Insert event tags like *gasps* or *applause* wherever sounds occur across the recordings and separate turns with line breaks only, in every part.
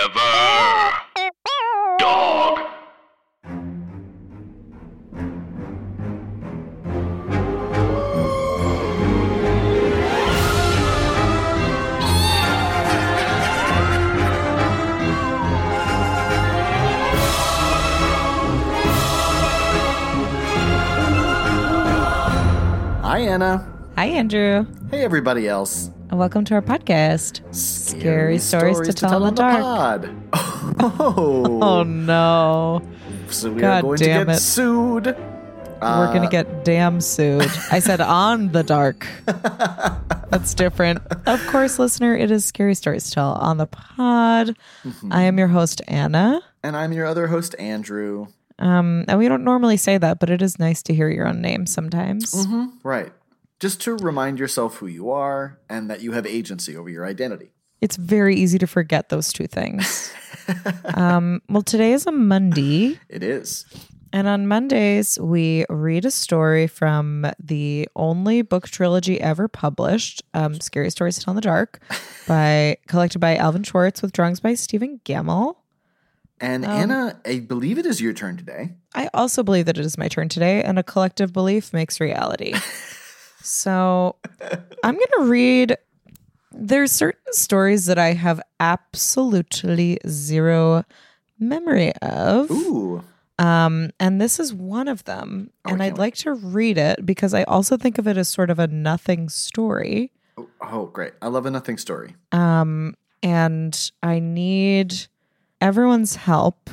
Forever. Dog.
Hi, Anna.
Hi, Andrew.
Hey, everybody else.
And welcome to our podcast. Scary, stories, to, tell, in the dark.
pod. *laughs* Oh,
Oh, no.
so we are
God
going to
damn
get
it.
sued.
We're going to get damn sued. I said on the dark. That's different. Of course, listener, it is Scary Stories to Tell on the pod. I am your host, Anna.
And I'm your other host, Andrew.
Um, and we don't normally say that, but it is nice to hear your own name sometimes.
Mm-hmm. Right. Just to remind yourself who you are and that you have agency over your identity.
It's very easy to forget those two things. um, well, today is a Monday.
It is.
And on Mondays, we read a story from the only book trilogy ever published, um, Scary Stories to Tell in the Dark, by collected by Alvin Schwartz with drawings by Stephen Gemmell.
And
Um,
Anna, I believe it is your turn today.
I also believe that it is my turn today, and a collective belief makes reality. so I'm going to read. There's certain stories that I have absolutely zero memory of.
Ooh.
Um, and this is one of them.
Oh, I
and
can't
I'd
wait.
like to read it because I also think of it as sort of a nothing story.
Oh, Oh, great. I love a nothing story. *laughs*
Um, and I need everyone's help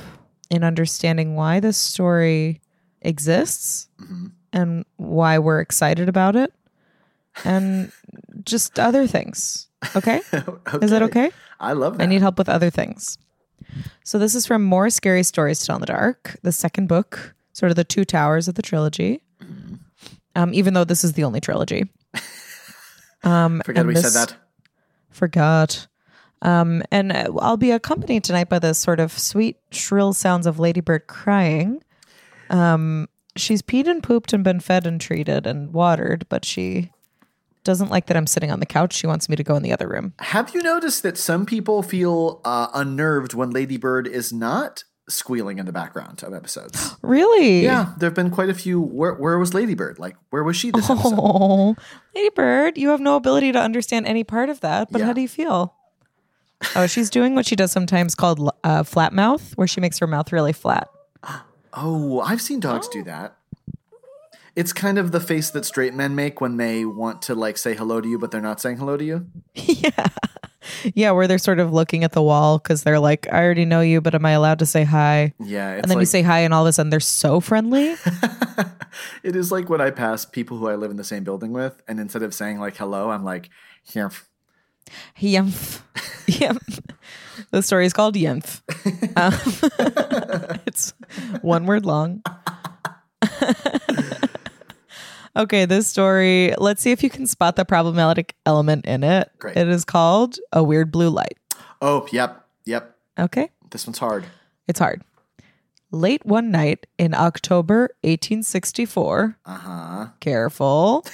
in understanding why this story exists
Mhm.
and why we're excited about it and just other things. Okay? Is that okay?
I love that.
I need help with other things. So this is from More Scary Stories to Tell in the Dark, the second book, sort of the two towers of the trilogy.
Mm-hmm.
Um, even though this is the only
*laughs*
trilogy. Um,
Forget
and
we
this-
said that.
Forgot. Um, and uh, I'll be accompanied tonight by the sort of sweet, shrill sounds of Ladybird crying. Um, she's peed and pooped and been fed and treated and watered, but she doesn't like that I'm sitting on the couch. She wants me to go in the other room.
Have you noticed that some people feel uh, unnerved when Ladybird is not squealing in the background of
*gasps*
episodes?
Really?
yeah, there have been quite a few. Where, where was Ladybird? Like, where was she
*laughs*
this episode?
Oh, Ladybird, you have no ability to understand any part of that, but
Yeah.
how do you feel? Oh, she's doing what she does sometimes called uh, flat mouth, where she makes her mouth really flat. *laughs*
Oh, I've seen dogs do that. It's kind of the face that straight men make when they want to like say hello to you, but they're not saying hello to you.
yeah. Yeah, where they're sort of looking at the wall because they're like, I already know you, but am I allowed to say hi?
Yeah, it's
and then you
like-
say hi, and all of a sudden they're so friendly.
it is like when I pass people who I live in the same building with, and instead of saying like hello, I'm like, yeah.
Yemph. Yemph. The story is called Yemph. Um, *laughs* it's one word long. *laughs* okay, this story, let's see if you can spot the problematic element in it.
Great.
It is called A Weird Blue Light.
Oh, yep, yep.
Okay,
This one's hard.
it's hard. Late one night in October 1864,
Uh huh.
careful,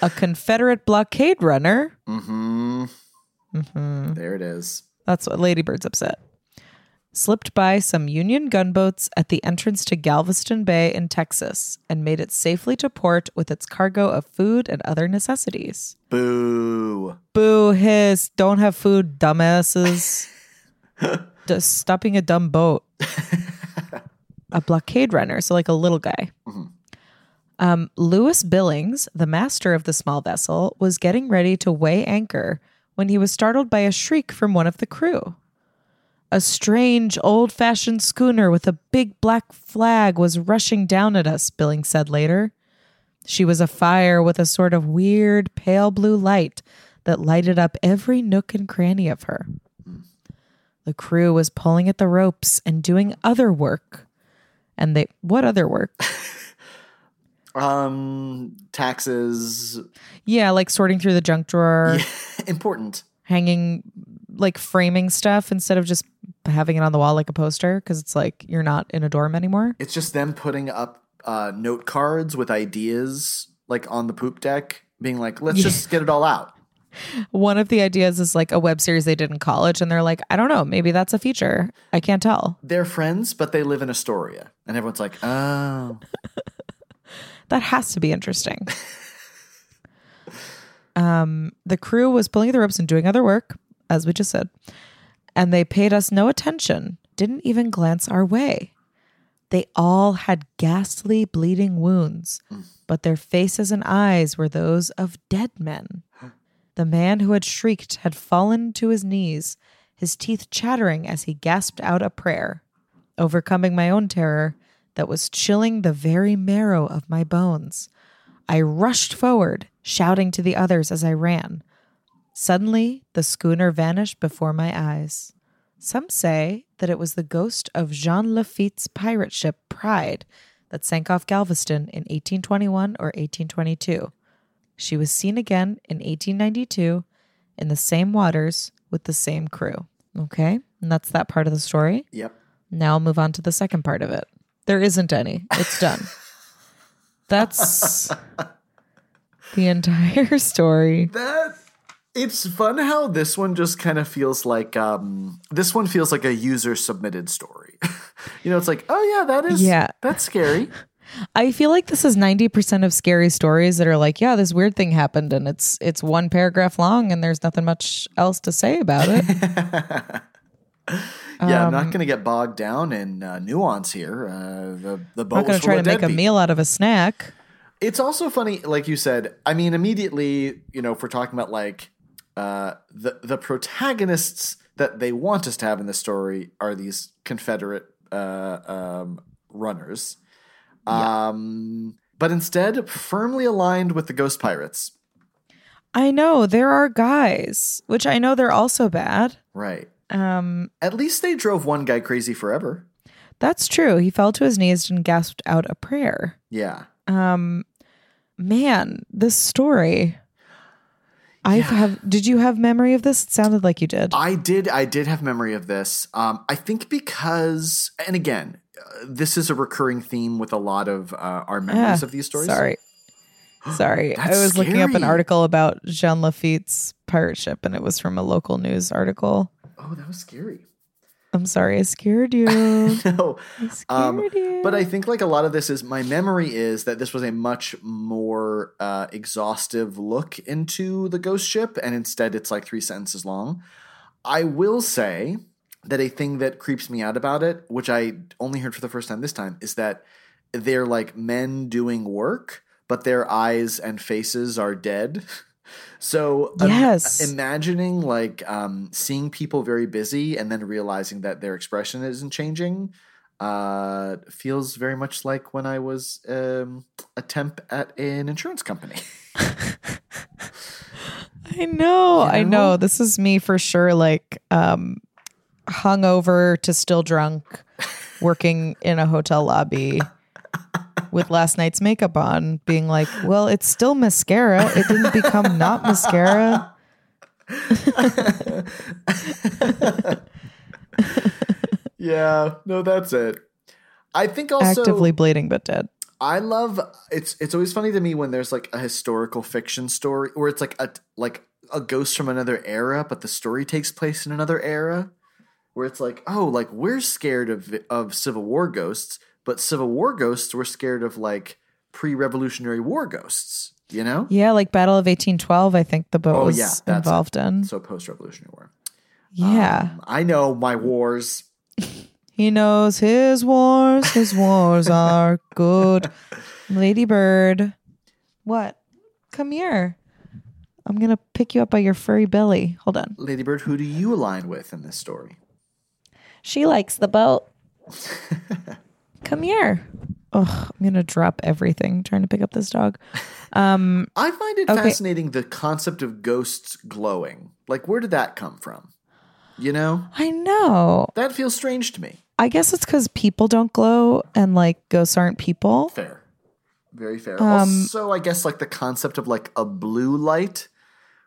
a Confederate blockade runner.
Mm-hmm.
Mhm.
There it is.
That's what Ladybird's upset. Slipped by some Union gunboats at the entrance to Galveston Bay in Texas and made it safely to port with its cargo of food and other necessities.
Boo.
Boo hiss, don't have food, dumbasses. Just stop being a dumb boat. a blockade runner, so like a little guy. Um, Lewis Billings, the master of the small vessel, was getting ready to weigh anchor when he was startled by a shriek from one of the crew. A strange, old fashioned schooner with a big black flag was rushing down at us, Billings said later. She was afire with a sort of weird pale blue light that lighted up every nook and cranny of her. The crew was pulling at the ropes and doing other work. And they, what other work?
Um, taxes
yeah, like sorting through the junk drawer,
*laughs* important.
hanging, like framing stuff instead of just having it on the wall like a poster because it's like you're not in a dorm anymore.
It's just them putting up uh, note cards with ideas like on the poop deck, being like, "Let's just get it all out."
One of the ideas is like a web series they did in college, and they're like, I don't know, maybe that's a feature. I can't tell.
They're friends, but they live in Astoria, and everyone's like, "Oh,
That has to be interesting. um, the crew was pulling at the ropes and doing other work, as we just said, and they paid us no attention, didn't even glance our way. They all had ghastly bleeding wounds, but their faces and eyes were those of dead men. The man who had shrieked had fallen to his knees, his teeth chattering as he gasped out a prayer, overcoming my own terror that was chilling the very marrow of my bones. I rushed forward, shouting to the others as I ran. Suddenly, the schooner vanished before my eyes. Some say that it was the ghost of Jean Lafitte's pirate ship Pride that sank off Galveston in 1821 or 1822. She was seen again in 1892 in the same waters with the same crew. Okay, and that's that part of the story.
yep."
Now I'll move on to the second part of it. There isn't any. It's done. That's the entire story.
That it's fun how this one just kind of feels like um, this one feels like a user submitted story. *laughs* you know, it's like, oh yeah, that is
Yeah.
that's scary.
I feel like this is 90% of scary stories that are like, yeah, this weird thing happened and it's it's one paragraph long and there's nothing much else to say about it.
Yeah, I'm
Um,
not going to get bogged down in uh, nuance here. Uh, the the boat
I'm
was
not going to
full
try to
of
make a
deadbeats.
meal out of a snack.
It's also funny, like you said. I mean, immediately, you know, if we're talking about like uh, the the protagonists that they want us to have in the story are these Confederate uh, um, runners, um, but instead firmly aligned with the Ghost Pirates.
I know there are guys, which I know they're also bad.
Right.
Um,
At least they drove one guy crazy forever.
that's true. He fell to his knees and gasped out a prayer.
Yeah.
um man this story i have did you have memory of this it sounded like you did
I did. I did have memory of this. Um, I think because, and again, uh, this is a recurring theme with a lot of uh, our memories
Ah,
of these stories. *gasps*
sorry sorry i
That's
was looking up an
scary.
article about jean lafitte's pirate ship and it was from a local news article
Oh, that was scary. *laughs*
i'm sorry i scared you
No,
I scared
*laughs* Um,
you
but I think like a lot of this is my memory is that this was a much more uh, exhaustive look into the ghost ship, and instead it's like three sentences long. I will say that a thing that creeps me out about it, which I only heard for the first time this time, is that they're like men doing work, but their eyes and faces are dead. *laughs* So im-
Yes.
imagining like um, seeing people very busy and then realizing that their expression isn't changing uh, feels very much like when I was um, a temp at an insurance company.
I know, I
know?
know. This is me for sure, like um hungover to still drunk, working in a hotel lobby with last night's makeup on, being like, Well, it's still mascara. It *laughs* didn't become not mascara. *laughs*
yeah, no, that's it. I think *laughs* also
Actively bleeding but dead.
I love it's it's always funny to me when there's like a historical fiction story where it's like a like a ghost from another era, but the story takes place in another era. Where it's like, oh, like we're scared of of Civil War ghosts, but Civil War ghosts were scared of like pre-Revolutionary War ghosts, you know?
Yeah, like Battle of eighteen twelve, I think the boat
Oh,
was
yeah, that's it.
involved in.
So post-Revolutionary War.
yeah.
Um, I know my wars.
He knows his wars, his wars are good. Ladybird, what? Come here. I'm going to pick you up by your furry belly. Hold on.
Ladybird, who do you align with in this story?
She likes the boat. *laughs* Come here. Ugh, I'm going to drop everything trying to pick up this dog. Um,
I find it
Okay.
fascinating the concept of ghosts glowing. Like, where did that come from? You know,
I know.
that feels strange to me.
I guess it's because people don't glow and like ghosts aren't people.
Fair, very fair.
Um,
also, I guess like the concept of like a blue light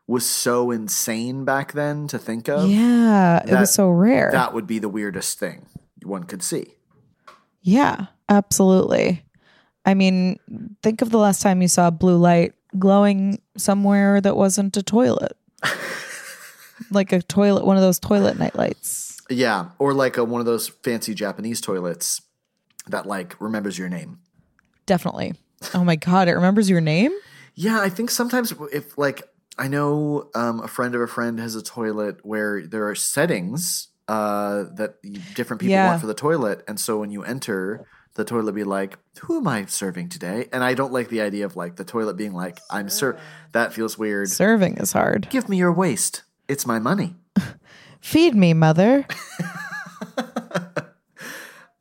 was so insane back then to think of.
Yeah, it
That-
was so rare.
That would be the weirdest thing one could see.
Yeah, absolutely. I mean, think of the last time you saw blue light glowing somewhere that wasn't a toilet. like a toilet, one of those toilet nightlights.
Yeah, or like a, one of those fancy Japanese toilets that like remembers your name.
Definitely. Oh my god, it remembers your name.
Yeah, I think sometimes if like I know um, a friend of a friend has a toilet where there are settings uh, that you- different people
Yeah.
want for the toilet, and so when you enter, the toilet will be like, "Who am I serving today?" And I don't like the idea of like the toilet being like, "I'm sir." That feels weird.
Serving is hard.
Give me your waste. It's my money.
Feed me, mother.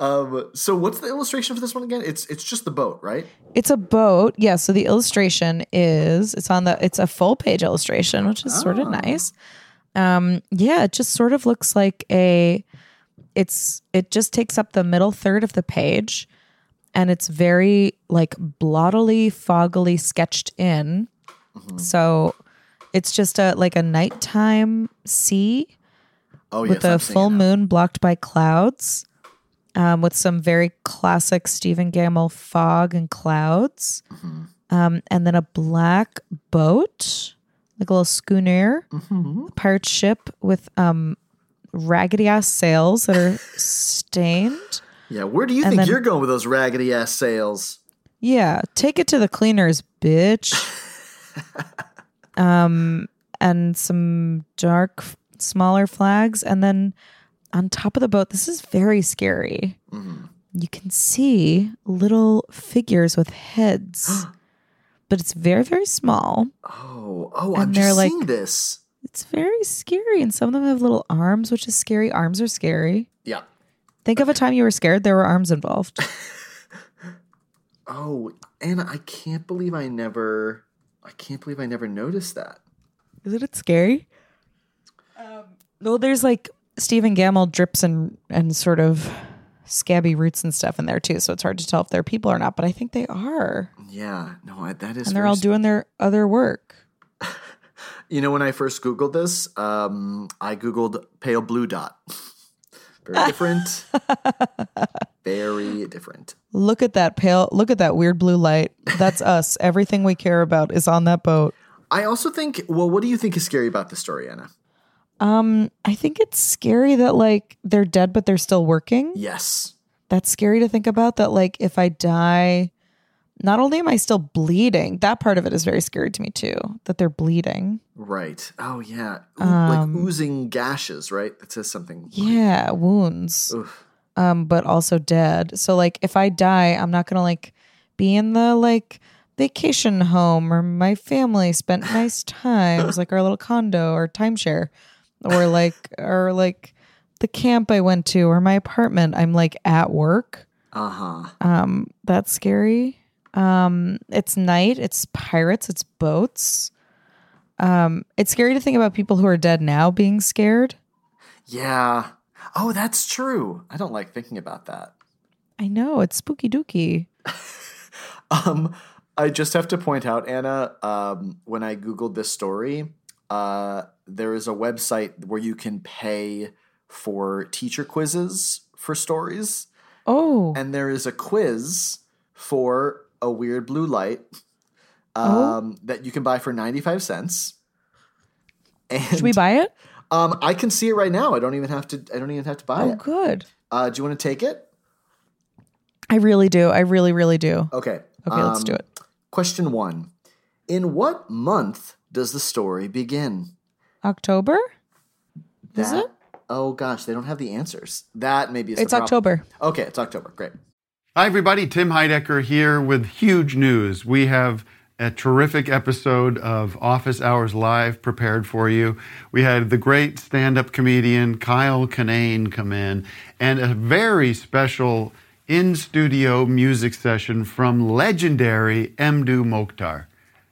Um, so what's the illustration for this one again? It's it's just the boat, right?
It's a boat. Yeah. So the illustration is it's on the it's a full page illustration, which is sort of
Ah.
nice. Um, yeah, it just sort of looks like a it's it just takes up the middle third of the page and it's very like blottily, foggily sketched in. So it's just a like a nighttime sea
Oh yes,
with
I'm
a
seeing it
full
now.
moon blocked by clouds, um, with some very classic Stephen Gamble fog and clouds,
Mm-hmm.
um, and then a black boat, like a little schooner,
Mm-hmm.
a pirate ship with um, raggedy ass sails that
*laughs*
are stained.
Yeah, where do you
And
think
then-
you're going with those raggedy ass sails?
Yeah, take it to the cleaners, bitch. um, and some dark, f- smaller flags, and then on top of the boat, this is very scary. You can see little figures with heads, but it's very, very small.
Oh, oh, I'm
And they're
just
like-
seeing this.
It's very scary, and some of them have little arms, which is scary. Arms are scary.
Yeah.
Think of a time you were scared; there were arms involved.
Oh, Anna, I can't believe I never, I can't believe I never noticed that.
Isn't it scary? Um, well, there's like Stephen Gamble drips and and sort of scabby roots and stuff in there too, so it's hard to tell if they're people or not. But I think they are,
Yeah, no, I, that is.
and they're
very
all
s-
doing their other work.
You know, when I first googled this, um, I googled pale blue dot. *laughs* Very
*laughs*
different. Very different.
Look at that pale. Look at that weird blue light. *laughs* That's us. Everything we care about is on that boat.
I also think. Well, what do you think is scary about the story, Anna?
Um, I think it's scary that like they're dead, but they're still working.
Yes.
that's scary to think about that like if i die not only am i still bleeding that part of it is very scary to me too that they're bleeding
Right. Oh yeah. Ooh,
Um,
like oozing gashes. Right. It says something.
yeah wounds
Oof.
um but also dead so like if i die i'm not gonna like be in the like vacation home or my family spent nice times like our little condo or timeshare or like or like the camp i went to or my apartment i'm like at work
Uh huh.
Um, that's scary. Um, it's night, it's pirates, it's boats. Um, it's scary to think about people who are dead now being scared.
Yeah. Oh, that's true. I don't like thinking about that.
I know, it's spooky dooky.
Um, I just have to point out, Anna, um, when I Googled this story, uh, there is a website where you can pay for teacher quizzes for stories.
Oh,
And there is a quiz for a weird blue light
Oh.
um, that you can buy for 95 cents. And
should we buy it?
um, I can see it right now. I don't even have to. I don't even have to buy
Oh,
it.
good.
Uh, do you want to take it?
I really do. I really, really do.
Okay.
Okay, let's do
um,
it.
Question one In what month does the story begin?
October?
That,
Is it?
Oh gosh, they don't have the answers. That maybe is the
It's
problem.
October.
Okay, it's October. Great.
Hi, everybody. Tim Heidecker here with huge news. We have a terrific episode of Office Hours Live prepared for you. We had the great stand up comedian Kyle Kinane come in and a very special in studio music session from legendary Mdu Mokhtar.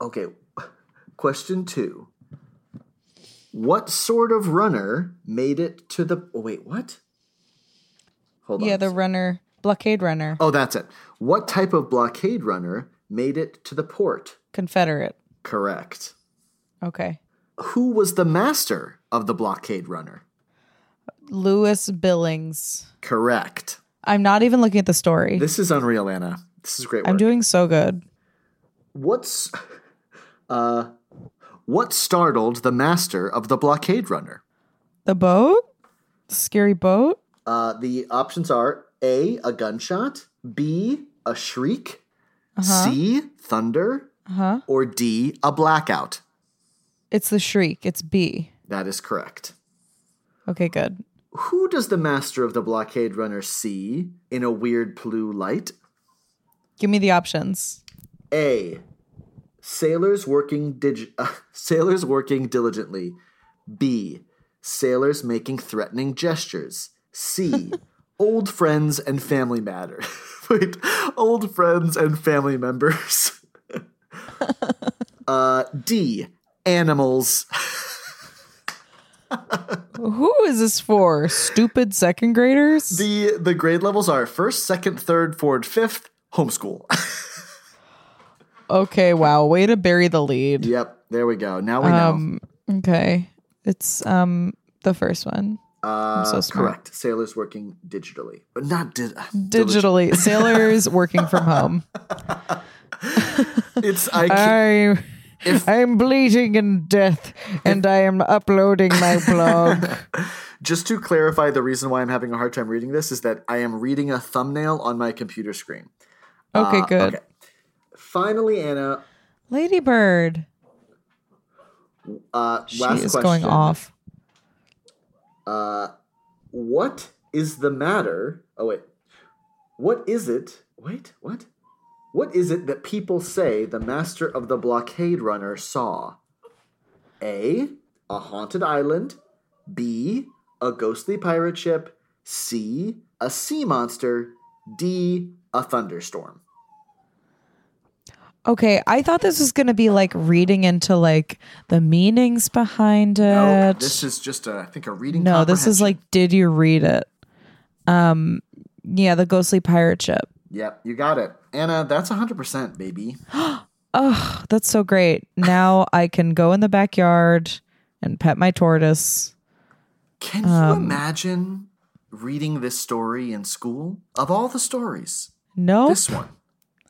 Okay. Question two What sort of runner made it to the? Oh, wait, what? Hold on.
Yeah, the runner, blockade runner,
oh, that's it. What type of blockade runner made it to the port?
Confederate.
Correct.
Okay.
Who was the master of the blockade runner?
Lewis Billings.
Correct.
I'm not even looking at the story.
This is unreal, Anna. This is great work.
I'm doing so good.
What's *laughs* uh what startled the master of the blockade runner?
The boat? Scary boat?
Uh the options are A a gunshot, B a shriek, C
Uh-huh.
thunder,
Huh?
or D a blackout.
It's the shriek. It's B.
That is correct.
Okay, good.
Who does the master of the blockade runner see in a weird blue light?
Give me the options.
A. Sailors working dig- uh, *laughs* sailors working diligently. B. Sailors making threatening gestures. *laughs* C. old friends and family matter. *laughs* Wait, old friends and family *laughs* members. uh, D. Animals. *laughs*
Who is this for? Stupid second graders?
The the grade levels are first, second, third, fourth, fifth. Homeschool. *laughs*
okay, wow. Way to bury the lead.
yep, there we go. Now we know.
Um okay. It's um the first one.
Uh,
so smart.
correct. Sailors working digitally, but not di-
Digitally. Sailors working from home.
*laughs* It's I. Can't,
I I'm bleeding in death and I am
*laughs*
uploading my blog.
Just to clarify, the reason why I'm having a hard time reading this is that I am reading a thumbnail on my computer screen.
Okay, good.
Uh, okay. Finally, Anna.
Ladybird.
Uh,
She
last
is
question.
going off.
Uh, what is the matter? Oh wait, what is it? Wait, what? What is it that people say the master of the blockade runner saw? A. A haunted island. B. A ghostly pirate ship. C. A sea monster. D. A thunderstorm.
Okay, I thought this was going to be like reading into like the meanings behind it.
No, Oh, this is just a, I think a reading.
No, this is
comprehension.
like did you read it? Um yeah, the ghostly pirate ship.
Yep, you got it, Anna. That's hundred percent, baby.
Oh, that's so great. Now *laughs* I can go in the backyard and pet my tortoise.
Can you imagine reading this story in school? Of all the stories,
No,
this one.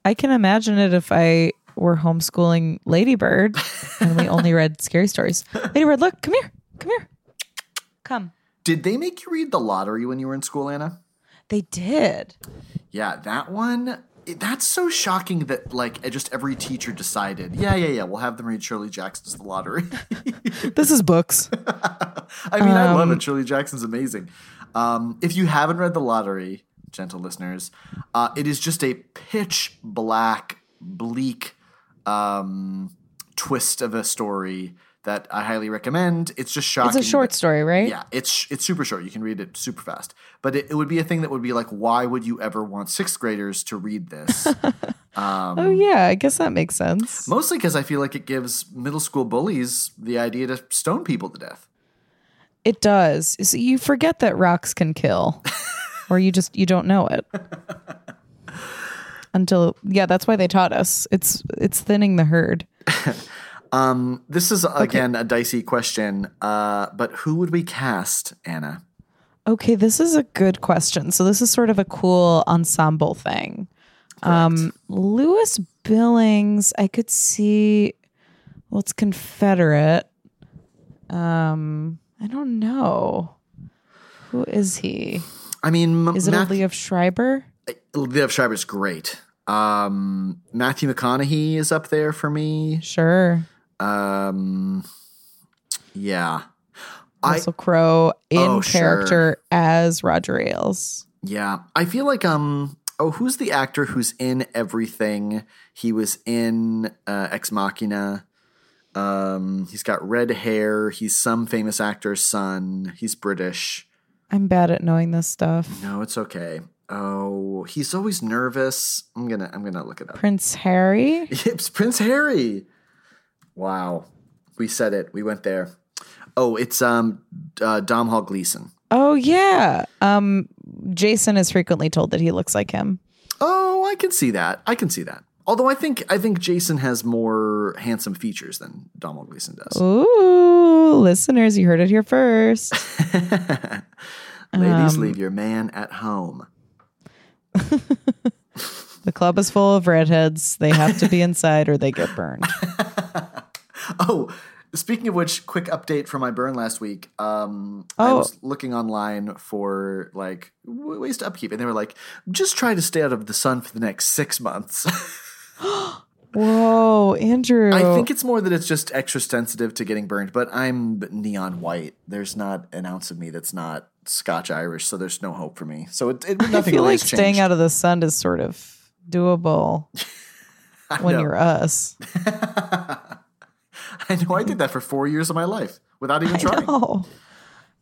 I can imagine it if I were homeschooling Ladybird and we only *laughs* read scary stories. Ladybird, look, come here. Come here. Come.
Did they make you read The Lottery when you were in school, Anna?
They did.
Yeah, that one. it- That's so shocking that like just every teacher decided, yeah, yeah, yeah, we'll have them read Shirley Jackson's The Lottery. *laughs*
This is books.
I mean, I
Um,
love it. Shirley Jackson's amazing. Um, if you haven't read The Lottery, gentle listeners, uh, it is just a pitch black, bleak um, twist of a story that I highly recommend. It's just shocking.
It's a short
that-
story, right?
Yeah, it's it's super short. You can read it super fast. But it, it would be a thing that would be like, why would you ever want sixth graders to read
*laughs*
this?
Oh yeah, I guess that makes sense.
Mostly because I feel like it gives middle school bullies the idea to stone people to death.
It does. So you forget that rocks can kill. or you just you don't know it. Until yeah, that's why they taught us. It's it's thinning the herd.
Um, this is again a dicey question, uh, but who would we cast, Anna?
Okay, this is a good question. So this is sort of a cool ensemble thing. Um Lewis Billings, I could see well it's Confederate. Um I don't know. Who is he?
I mean, M-
Is it a
Math-
Leah Schreiber?
Liev Schreiber's great. Um, Matthew McConaughey is up there for me.
Sure.
Um, yeah, I
Russell Crowe in
Oh, sure.
character as Roger Ailes.
yeah, I feel like um, oh, who's the actor who's in everything? He was in uh, Ex Machina. Um, he's got red hair. He's some famous actor's son. He's British.
I'm bad at knowing this stuff.
No, it's okay. Oh, he's always nervous. I'm gonna I'm gonna look it up.
Prince Harry?
It's Prince Harry. Wow, we said it. We went there. Oh, it's um uh, Dom Hall Gleason.
Oh yeah. Um Jason is frequently told that he looks like him.
Oh, I can see that. I can see that. Although I think I think Jason has more handsome features than Dom Hall Gleason does. *laughs*
Ooh, listeners, you heard it here first.
Ladies, leave your man at home.
The club is full of redheads. They have to be inside or they get
*laughs*
burned.
Oh, speaking of which, quick update from my burn last week. Um, I
Oh.
was looking online for like w- ways to upkeep, and they were like, "Just try to stay out of the sun for the next six months." *laughs*
Whoa, Andrew.
I think it's more that it's just extra sensitive to getting burned, but I'm neon white. There's not an ounce of me that's not Scotch Irish, so there's no hope for me. So it, it
*laughs* I
nothing
feel
really
like
has
staying
changed.
out of the sun is sort of
*laughs*
doable when
know. *laughs*
you're us.
I know I did that for four years of my life without even
*laughs* I
trying.
know.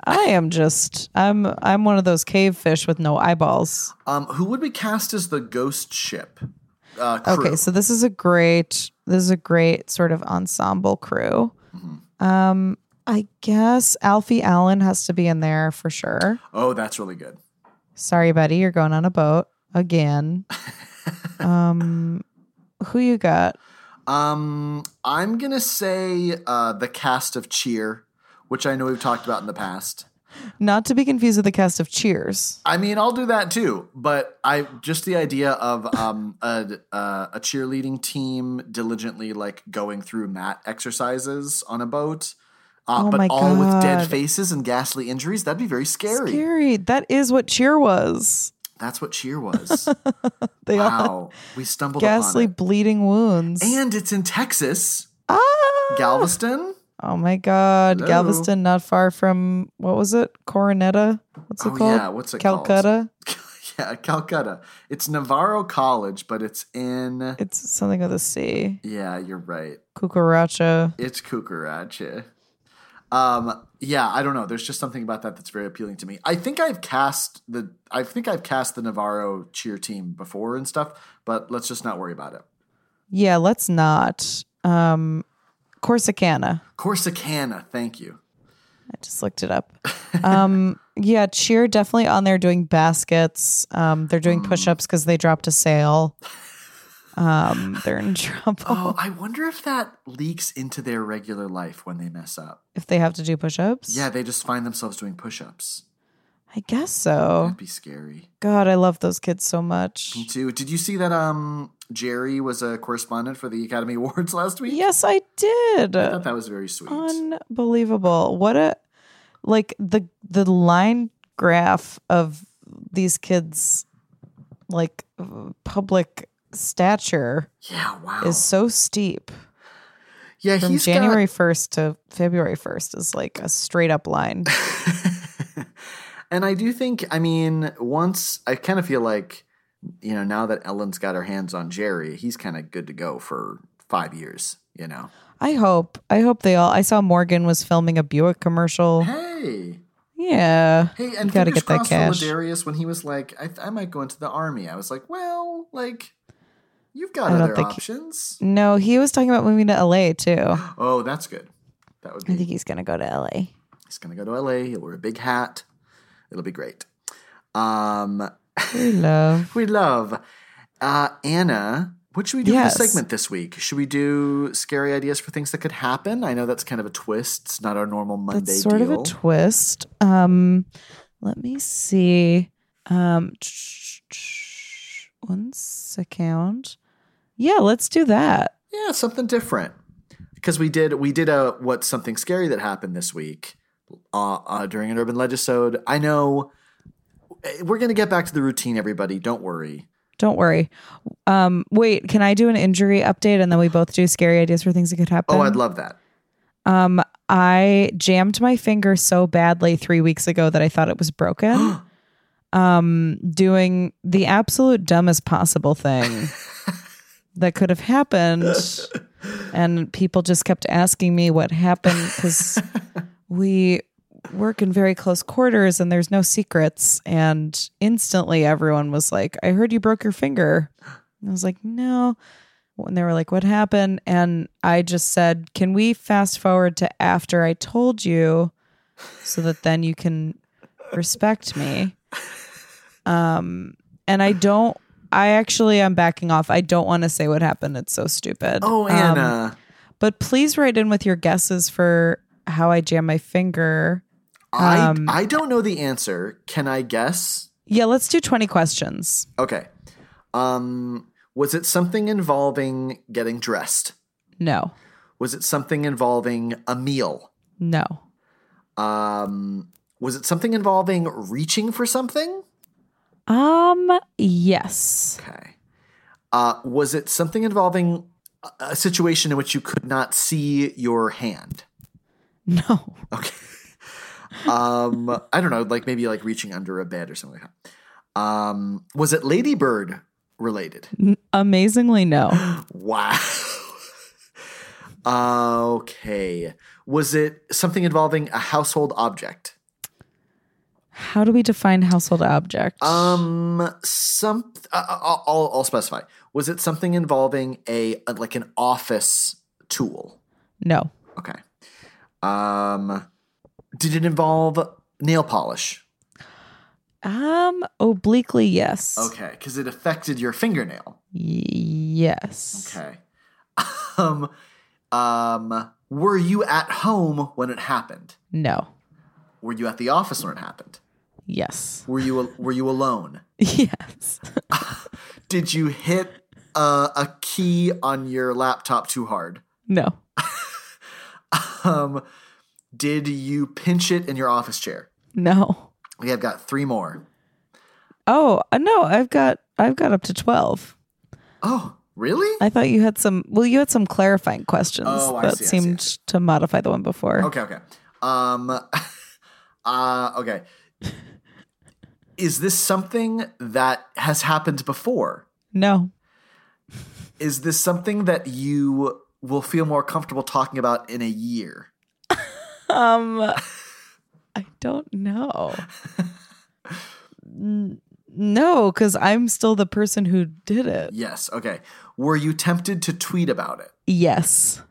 I am just I'm I'm one of those cave fish with no eyeballs.
Um, who would we cast as the ghost ship? Uh, crew?
Okay, so this is a great this is a great sort of ensemble crew.
Mm-hmm.
Um I guess Alfie Allen has to be in there for sure.
oh, that's really good.
Sorry, buddy, you're going on a boat
*laughs*
again. um who you got?
Um, I'm gonna say uh, the cast of Cheer, which I know we've talked about in the past.
Not to be confused with the cast of Cheers.
I mean, I'll do that too, but I just the idea of um, a uh, a cheerleading team diligently like going through mat exercises on a boat, uh,
Oh
but
my
all with dead
God.
faces and ghastly injuries. That'd be very scary.
Scary. That is what cheer was.
That's what Cheer
*laughs*
was.
They all had
wow, we stumbled
ghastly
upon
bleeding wounds.
it. And it's in Texas,
ah!
Galveston. *laughs*
Oh my God.
Hello.
Galveston, not far from, what was it? Coronetta? What's it
Oh,
called?
yeah, what's it called?
Calcutta?
yeah, Calcutta. It's Navarro College, but it's in.
It's something with a C.
Yeah, you're right.
Cucaracha.
It's Cucaracha. Um, yeah, I don't know. There's just something about that that's very appealing to me. I think I've cast the. I think I've cast the Navarro cheer team before and stuff, but let's just not worry about it.
Yeah, let's not. Um, Corsicana.
Corsicana, thank you.
I just looked
*laughs*
it up. Um, yeah, cheer definitely on there doing baskets. Um, they're
Mm.
doing push ups because they dropped a sale.
*laughs*
Um, they're in trouble
Oh, I wonder if that leaks into their regular life when they mess up.
if they have to do push ups.
Yeah, they just find themselves doing push-ups.
I guess so.
That'd be scary.
God, I love those kids so much.
Me too. Did you see that um Jerry was a correspondent for the Academy *laughs* Awards last week?
Yes, I did.
I thought that was very sweet.
Unbelievable. What a like the the line graph of these kids like public stature
yeah, wow.
is so steep.
yeah,
From
he's *laughs*
January 1st to February 1st is like a straight up line.
got- and I do think I mean, once I kind of feel like you know, now that Ellen's got her hands on Jerry, he's kind of good to go for 5 years, you know.
I hope. I hope they all I saw Morgan was filming a Buick commercial.
Hey.
Yeah.
Hey, and
You gotta
fingers
get that
crossed
cash.
for Ladarius when he was like, I, I might go into the army. I was like, well, like, you've got
I don't
other
think he-
options.
No, he was talking about moving to LA too.
oh, that's good. That would be
I think he's gonna go to LA.
He's gonna go to LA. He'll wear a big hat. It'll be great. Um,
We love.
we love uh, Anna. What should we do
Yes.
for the segment this week? Should we do scary ideas for things that could happen? I know that's kind of a twist. It's not our normal Monday
That's sort
deal.
of a twist. Um, let me see. Um, tsh- tsh- one second. Yeah, let's do that.
yeah, something different. Because we did we did a what's something scary that happened this week uh, uh, during an urban legisode. I know eh, we're gonna get back to the routine. Everybody, don't worry.
Don't worry. Um, wait, can I do an injury update and then we both do scary ideas for things that could happen?
Oh, I'd love that.
Um, I jammed my finger so badly three weeks ago that I thought it
*gasps*
was broken. um, doing the absolute dumbest
*laughs*
possible thing that could have happened, and people just kept asking me what happened
*laughs*
because we work in very close quarters and there's no secrets. And instantly, everyone was like, "I heard you broke your finger." And I was like, "No." when they were like, What happened? And I just said, Can we fast forward to after I told you so that then you can respect me? Um, and I don't, I actually am backing off. I don't want to say what happened. It's so stupid.
Oh,
Um,
Anna.
but please write in with your guesses for how I jam my finger. um,
I I don't know the answer. Can I guess?
Yeah, let's do 20 questions.
Okay. Um, was it something involving getting dressed?
No,
Was it something involving a meal?
no,
Um, was it something involving reaching for something?
um, yes, *laughs*
Okay. Uh, was it something involving a- a situation in which you could not see your hand?
no,
Okay. um, I don't know, like maybe like reaching under a bed or something like that. Um, was it Ladybird related?
N-
*gasps*
amazingly, no,
Wow. okay. Was it something involving a household object?
how do we define household object?
Um, some. Uh, I'll, I'll, I'll specify. Was it something involving a uh, like an office tool?
no,
Okay. Um, did it involve nail polish?
um, obliquely, yes,
Okay, because it affected your fingernail.
Y- yes,
Okay. Um, um, were you at home when it happened?
no,
Were you at the office when it happened?
yes, *laughs*
Were you were you alone?
yes, *laughs*
Did you hit uh, a key on your laptop too hard?
no,
Um, did you pinch it in your office chair?
no.
Okay, I've got three more.
Oh uh, no, I've got I've got up to twelve.
Oh, really?
I thought you had some. Well, you had some clarifying questions
Oh, I
that
see, I see, I
seemed
see.
to modify the one before.
Okay, okay. Um, *laughs* uh, okay. Is this something that has happened before?
No,
Is this something that you will feel more comfortable talking about in a year?
Um,
*laughs*
I don't know. N- no, because I'm still the person who did it.
Yes. Okay. Were you tempted to tweet about it?
Yes.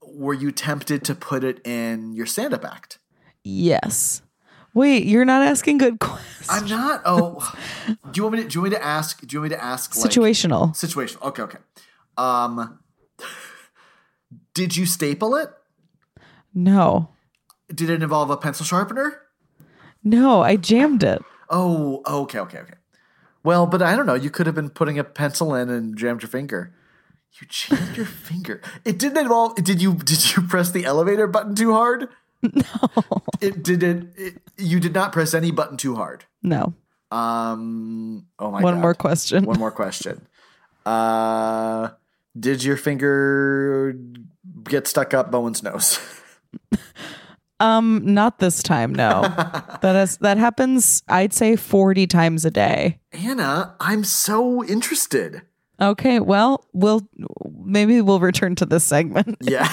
Were you tempted to put it in your stand-up act?
Yes. Wait, you're not asking good *laughs* questions.
I'm not. Oh, do you want me to? Do you want me to ask? Do you want me to ask? Like,
Situational.
Situation. Okay. Okay. Um, did you staple it?
No.
Did it involve a pencil sharpener?
No, I jammed it.
Oh. Okay. Okay. Okay. Well, but I don't know. You could have been putting a pencil in and jammed your finger. You jammed your *laughs* finger. It didn't involve. Did you? Did you press the elevator button too hard? *laughs* No. It didn't. It, you did not press any button too hard.
No.
Um. Oh my
One
God.
more question.
One more question. Uh, did your finger get stuck up Bowen's nose? *laughs*
Um, not this time.
*laughs*
No. that is that happens. I'd say forty times a day.
Anna, I'm so interested.
Okay. Well, we'll maybe we'll return to this segment.
*laughs* Yeah.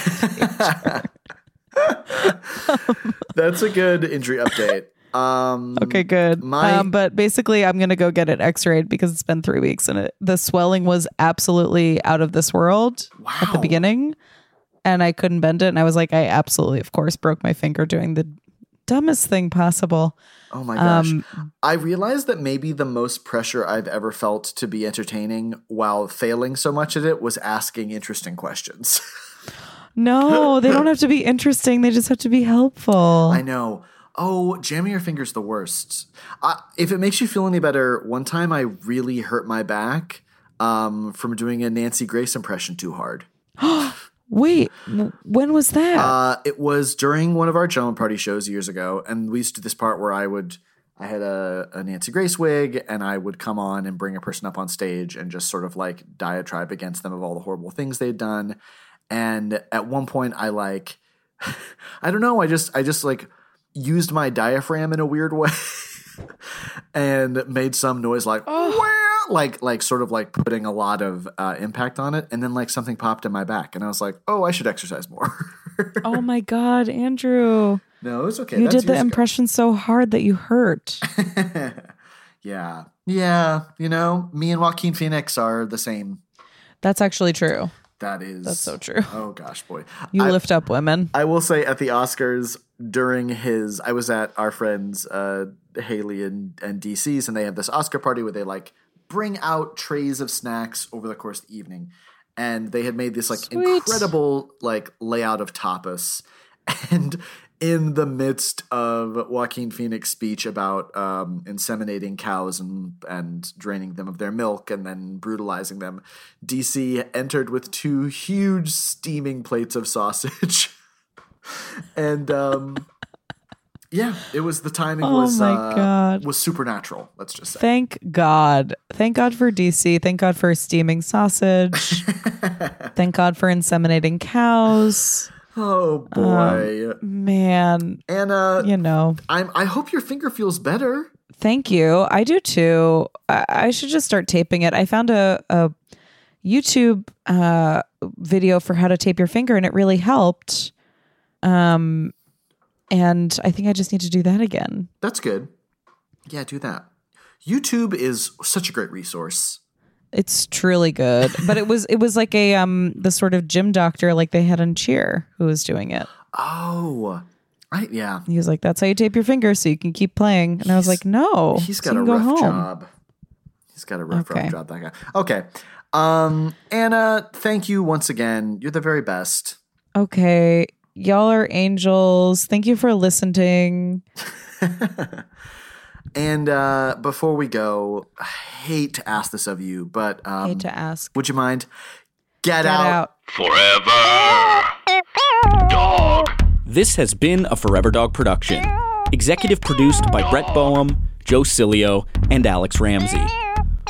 That's a good injury update. Um,
Okay, good.
My-
um, but basically, I'm gonna go get it X-rayed because it's been three weeks and it, the swelling was absolutely out of this world at the
Wow.
beginning, and I couldn't bend it. And I was like, I absolutely, of course, broke my finger doing the dumbest thing possible.
Oh my gosh.
Um,
I realized that maybe the most pressure I've ever felt to be entertaining while failing so much at it was asking interesting questions. *laughs*
No, they don't have to be interesting; they just have to be helpful.
I know. Oh, jamming your fingers the worst. I, if it makes you feel any better, one time I really hurt my back um, from doing a Nancy Grace impression too hard.
Wait, w- when was that?
Uh, it was during one of our gentleman party shows years ago, and we used to do this part where I would, I had a, a Nancy Grace wig, and I would come on and bring a person up on stage and just sort of like diatribe against them of all the horrible things they'd done. And at one point, I like, *laughs* I don't know, I just, I just like used my diaphragm in a weird way. *laughs* and made some noise like "Wah!" like like sort of like putting a lot of uh, impact on it and then like something popped in my back and i was like oh i should exercise more *laughs*
oh my God, Andrew,
no it's *laughs* okay
you
That's
did the
years ago.
impression so hard that
*laughs*
you hurt.
yeah yeah you know me and joaquin phoenix are the same
That's actually true.
That is
That's so true.
Oh gosh, boy.
*laughs* You
I,
lift up women.
I will say at the Oscars during his, I was at our friends uh, Haley and, and DC's, and they had this Oscar party where they like bring out trays of snacks over the course of the evening, and they had made this like
Sweet.
incredible like layout of tapas, *laughs* and in the midst of Joaquin Phoenix speech about um, inseminating cows and and draining them of their milk and then brutalizing them, DC entered with two huge steaming plates of sausage. *laughs* and um yeah it was the timing
Oh
was
my
uh,
God.
was supernatural let's just say
Thank God. Thank God for DC. Thank God for steaming *laughs* sausage. Thank God for inseminating cows.
oh boy
Um, Man,
anna
you know.
i'm i hope your finger feels better
Thank you. I do too. I, I should just start taping it. I found a, a YouTube uh, video for how to tape your finger, and it really helped. Um, and I think I just need to do that again.
that's good yeah do that youtube is such a great resource
It's truly good, but it was it was like a um the sort of gym doctor like they had in Cheer who was doing it.
oh right yeah
He was like, "That's how you tape your finger so you can keep playing." And I was like, "No,
he's
so
got
you
a
can go
rough
home."
job he's got a rough
Okay.
rough job that guy okay um anna thank you once again you're the very best
Okay, y'all are angels. Thank you for listening.
And uh, before we go, I hate to ask this of you, but um,
Hate to ask.
would you mind? Get,
Get out.
Forever. Dog.
This has been a Forever Dog production. Executive produced by Brett Boehm, Joe Cilio, and Alex Ramsey.